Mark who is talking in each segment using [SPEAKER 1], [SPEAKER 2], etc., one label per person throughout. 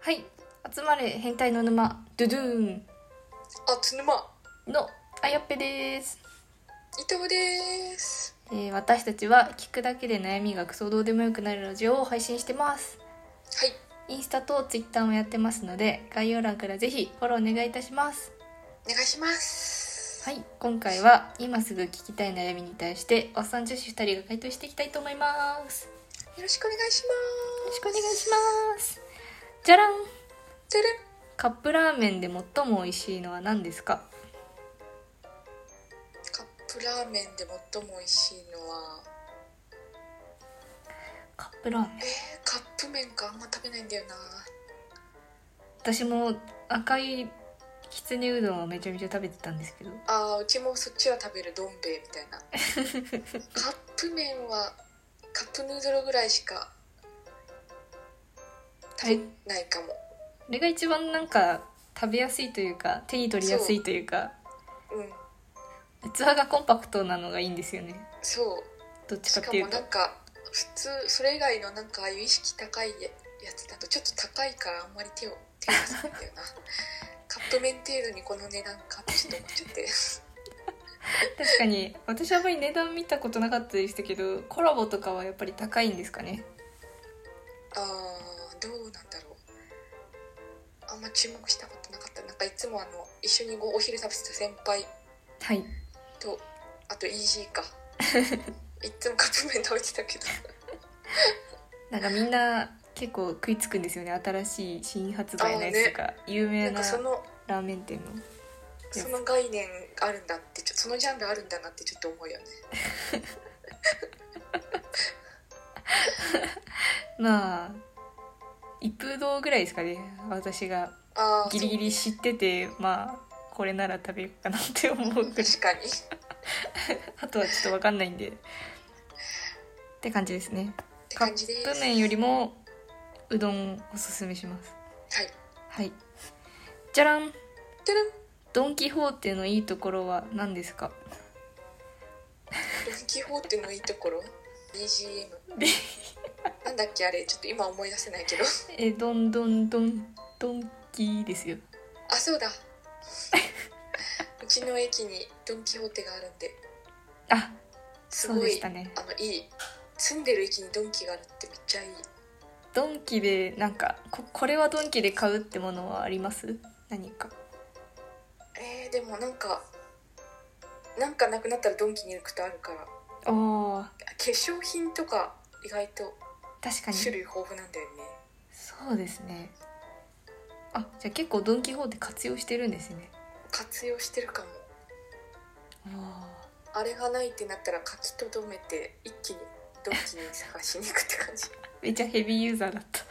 [SPEAKER 1] はい集まれ変態の沼ドゥドゥーン
[SPEAKER 2] あつぬま
[SPEAKER 1] のあやっぺです、
[SPEAKER 2] 伊藤です
[SPEAKER 1] えー私たちは聞くだけで悩みがクソどうでもよくなるラジオを配信してます
[SPEAKER 2] はい
[SPEAKER 1] インスタとツイッターもやってますので概要欄からぜひフォローお願いいたします
[SPEAKER 2] お願いします
[SPEAKER 1] はい今回は今すぐ聞きたい悩みに対しておっさん女子2人が回答していきたいと思いますよ
[SPEAKER 2] よろしくお願いし
[SPEAKER 1] ろ
[SPEAKER 2] ま
[SPEAKER 1] し
[SPEAKER 2] す
[SPEAKER 1] くお願いしますじゃらん
[SPEAKER 2] てれん
[SPEAKER 1] カップラーメンで最も美味しいのは何ですか
[SPEAKER 2] カップラーメンで最も美味しいのは
[SPEAKER 1] カップラーメン
[SPEAKER 2] カップ麺かあんま食べないんだよな
[SPEAKER 1] 私も赤いきつねうどんはめちゃめちゃ食べてたんですけど
[SPEAKER 2] あーうちもそっちは食べるどん兵衛みたいな カップ麺はカップヌードルぐらいしか
[SPEAKER 1] はい
[SPEAKER 2] 食べないかも
[SPEAKER 1] あれが一番なんか食べやすいというか手に取りやすいというか
[SPEAKER 2] うん
[SPEAKER 1] 器がコンパクトなのがいいんですよね
[SPEAKER 2] そう
[SPEAKER 1] どっち
[SPEAKER 2] し
[SPEAKER 1] かっ
[SPEAKER 2] か
[SPEAKER 1] てい
[SPEAKER 2] も
[SPEAKER 1] う
[SPEAKER 2] な
[SPEAKER 1] と
[SPEAKER 2] んか普通それ以外のなんかああいう意識高いやつだとちょっと高いからあんまり手を手を出さないんだよ なカップ麺程度にこの値段かってちょっと思っちゃって
[SPEAKER 1] 確かに私はあんまり値段見たことなかったでしたけどコラボとかはやっぱり高いんですかね
[SPEAKER 2] あーどうなんだろうあんま注目したことなかったなんかいつもあの一緒にごお昼食べてた先輩
[SPEAKER 1] はい
[SPEAKER 2] とあとイージ ーかいつもカップ麺食べてたけど
[SPEAKER 1] なんかみんな結構食いつくんですよね新しい新発売のやつとか、有名
[SPEAKER 2] なん
[SPEAKER 1] な
[SPEAKER 2] かその
[SPEAKER 1] ラーメン店の
[SPEAKER 2] その概念あるんだってちょそのジャンルあるんだなってちょっと思うよね
[SPEAKER 1] まあ一風堂ぐらいですかね私が
[SPEAKER 2] あー
[SPEAKER 1] ギリギリ
[SPEAKER 2] そう
[SPEAKER 1] 知っててまあこれなら食べようかなって思うぐらい
[SPEAKER 2] 確かに
[SPEAKER 1] あとはちょっと分かんないんでって感じですね
[SPEAKER 2] って感じです。
[SPEAKER 1] カップ麺よりもうどんをおすすめします
[SPEAKER 2] はい。
[SPEAKER 1] はいじゃらん
[SPEAKER 2] てるん。
[SPEAKER 1] ドン・キホーテのいいところは何ですか
[SPEAKER 2] ドンキホーテのいいところ。BGM。なんだっけあれ、ちょっと今思い出せない けど。
[SPEAKER 1] えどんどんどんドンキですよ
[SPEAKER 2] あ、そうだ。うちの駅にドンキホーテがあるんで、
[SPEAKER 1] あ
[SPEAKER 2] す
[SPEAKER 1] そう
[SPEAKER 2] ご
[SPEAKER 1] で
[SPEAKER 2] い、
[SPEAKER 1] したね
[SPEAKER 2] あのいい。住んでる駅にドンキがあるってめっちゃいい。
[SPEAKER 1] ドンキでなんかここれはドンキで買うってものはあります何か
[SPEAKER 2] えー、でもなんか、なんかなくなったらドンキに行くとあるから、あ
[SPEAKER 1] おー
[SPEAKER 2] 化粧品とか意外と
[SPEAKER 1] 確かに
[SPEAKER 2] 種類豊富なんだよね。
[SPEAKER 1] そうですねあじゃあ結構ドン・キホーテ活用してるんですね
[SPEAKER 2] 活用してるかも。
[SPEAKER 1] お
[SPEAKER 2] あれがないってなったら書き留めて一気にドンキに探しに行くって感じ
[SPEAKER 1] めっちゃヘビーユーザーだった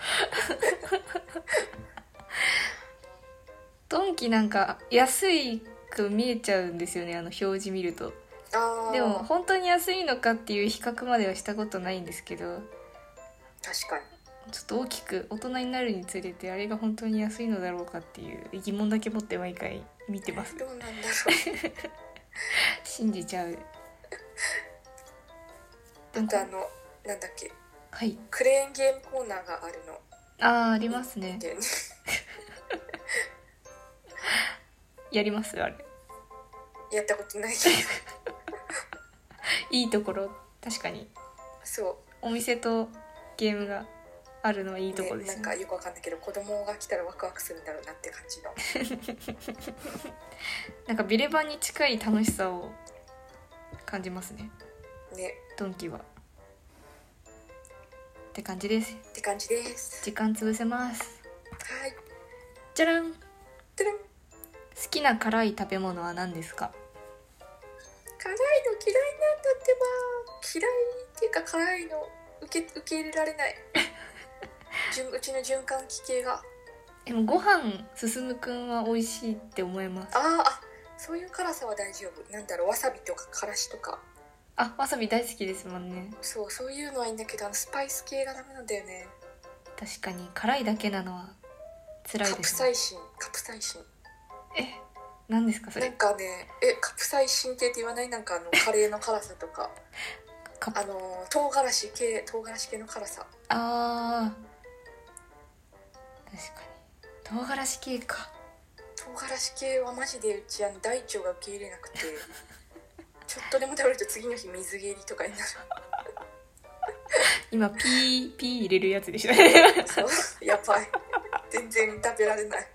[SPEAKER 1] ドンキなんか安いく見えちゃうんですよねあの表示見ると
[SPEAKER 2] あー
[SPEAKER 1] でも本当に安いのかっていう比較まではしたことないんですけど
[SPEAKER 2] 確かに
[SPEAKER 1] ちょっと大きく大人になるにつれてあれが本当に安いのだろうかっていう疑問だけ持って毎回見てます
[SPEAKER 2] どうなんだろ
[SPEAKER 1] 信じちゃう
[SPEAKER 2] うあとあのなんだっけ
[SPEAKER 1] はい
[SPEAKER 2] クレーンゲームコーナーがあるの
[SPEAKER 1] あーありますね
[SPEAKER 2] で
[SPEAKER 1] やりますあれ
[SPEAKER 2] やったことないけど
[SPEAKER 1] いいところ確かに
[SPEAKER 2] そ
[SPEAKER 1] お店とゲームがあるのはいいうところです
[SPEAKER 2] なん
[SPEAKER 1] ね
[SPEAKER 2] かよくわかんないけど子供が来たらワクワクするんだろうなって感じの
[SPEAKER 1] なんかビレバンに近い楽しさを感じますね
[SPEAKER 2] ね
[SPEAKER 1] ドンキはって感じです
[SPEAKER 2] って感じです
[SPEAKER 1] 時間潰せます
[SPEAKER 2] はい
[SPEAKER 1] じゃらん好
[SPEAKER 2] てるん
[SPEAKER 1] きな辛い食べ物は何ですか
[SPEAKER 2] 辛いの嫌いなんだってば嫌いっていうか辛いの受け受け入れられない じゅんうちの循環器系が
[SPEAKER 1] でもご飯進むくんは美味しいって思います
[SPEAKER 2] あーあそういう辛さは大丈夫なんだろうわさびとかからしとか
[SPEAKER 1] あわさび大好きですもんね
[SPEAKER 2] そうそういうのはいいんだけどあのスパイス系がダメなんだよね
[SPEAKER 1] 確かに辛いだけなのは辛い
[SPEAKER 2] カ
[SPEAKER 1] で
[SPEAKER 2] プ
[SPEAKER 1] す
[SPEAKER 2] サ
[SPEAKER 1] ね
[SPEAKER 2] イシンカプサイシン
[SPEAKER 1] え何ですかそ
[SPEAKER 2] な
[SPEAKER 1] れ
[SPEAKER 2] んかねえカプサイシン系って言わないなんかあのカレーの辛さとか
[SPEAKER 1] カプ
[SPEAKER 2] あのー唐辛子系唐辛子系の辛さ
[SPEAKER 1] あー確かに唐辛子系か
[SPEAKER 2] 唐辛子系はマジでうちあの大腸が受け入れ なくてちょっとでも食べると次の日水蹴りとかにな
[SPEAKER 1] 今ピーピー入れるやつでしたね
[SPEAKER 2] るそうやばい全然食べられない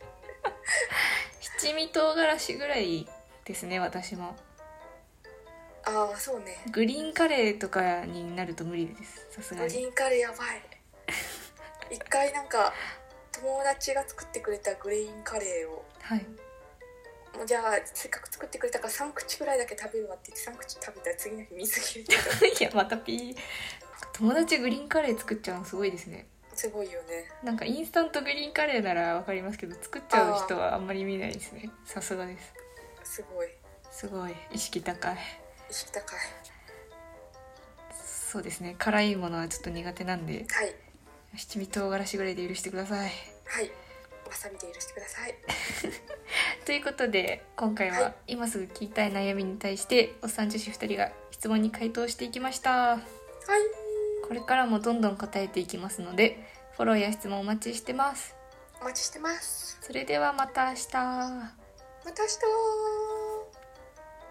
[SPEAKER 1] 七味唐辛子ぐらいですね私も
[SPEAKER 2] ああそうね
[SPEAKER 1] グリーンカレーとかになると無理ですさす
[SPEAKER 2] グ
[SPEAKER 1] が
[SPEAKER 2] リ
[SPEAKER 1] に
[SPEAKER 2] ーンカレーやばい一回なんか友達が作ってくれたグリーンカレーを
[SPEAKER 1] はい
[SPEAKER 2] もうじゃあせっかく作ってくれたから3口ぐらいだけ食べるわって言って3口食べたら次の日水切れてた
[SPEAKER 1] いやまたピー友達グリーンカレー作っちゃうのすごいですね
[SPEAKER 2] すごいよね
[SPEAKER 1] なんかインスタントグリーンカレーならわかりますけど作っちゃう人はあんまり見ないですねさすがです
[SPEAKER 2] すごい
[SPEAKER 1] すごい意識高い
[SPEAKER 2] 意識高い
[SPEAKER 1] そうですね辛いものはちょっと苦手なんで
[SPEAKER 2] はい
[SPEAKER 1] 七味唐辛子ぐらいで許してください
[SPEAKER 2] はいわさびで許してください
[SPEAKER 1] ということで今回
[SPEAKER 2] は
[SPEAKER 1] はい今すぐ聞きたい悩みに対しておっさん女子2人が質問に回答していきました
[SPEAKER 2] はい
[SPEAKER 1] これからもどんどん答えていきますのでフォローや質問お待ちしてます
[SPEAKER 2] お待ちしてます
[SPEAKER 1] それではまた明日
[SPEAKER 2] また明日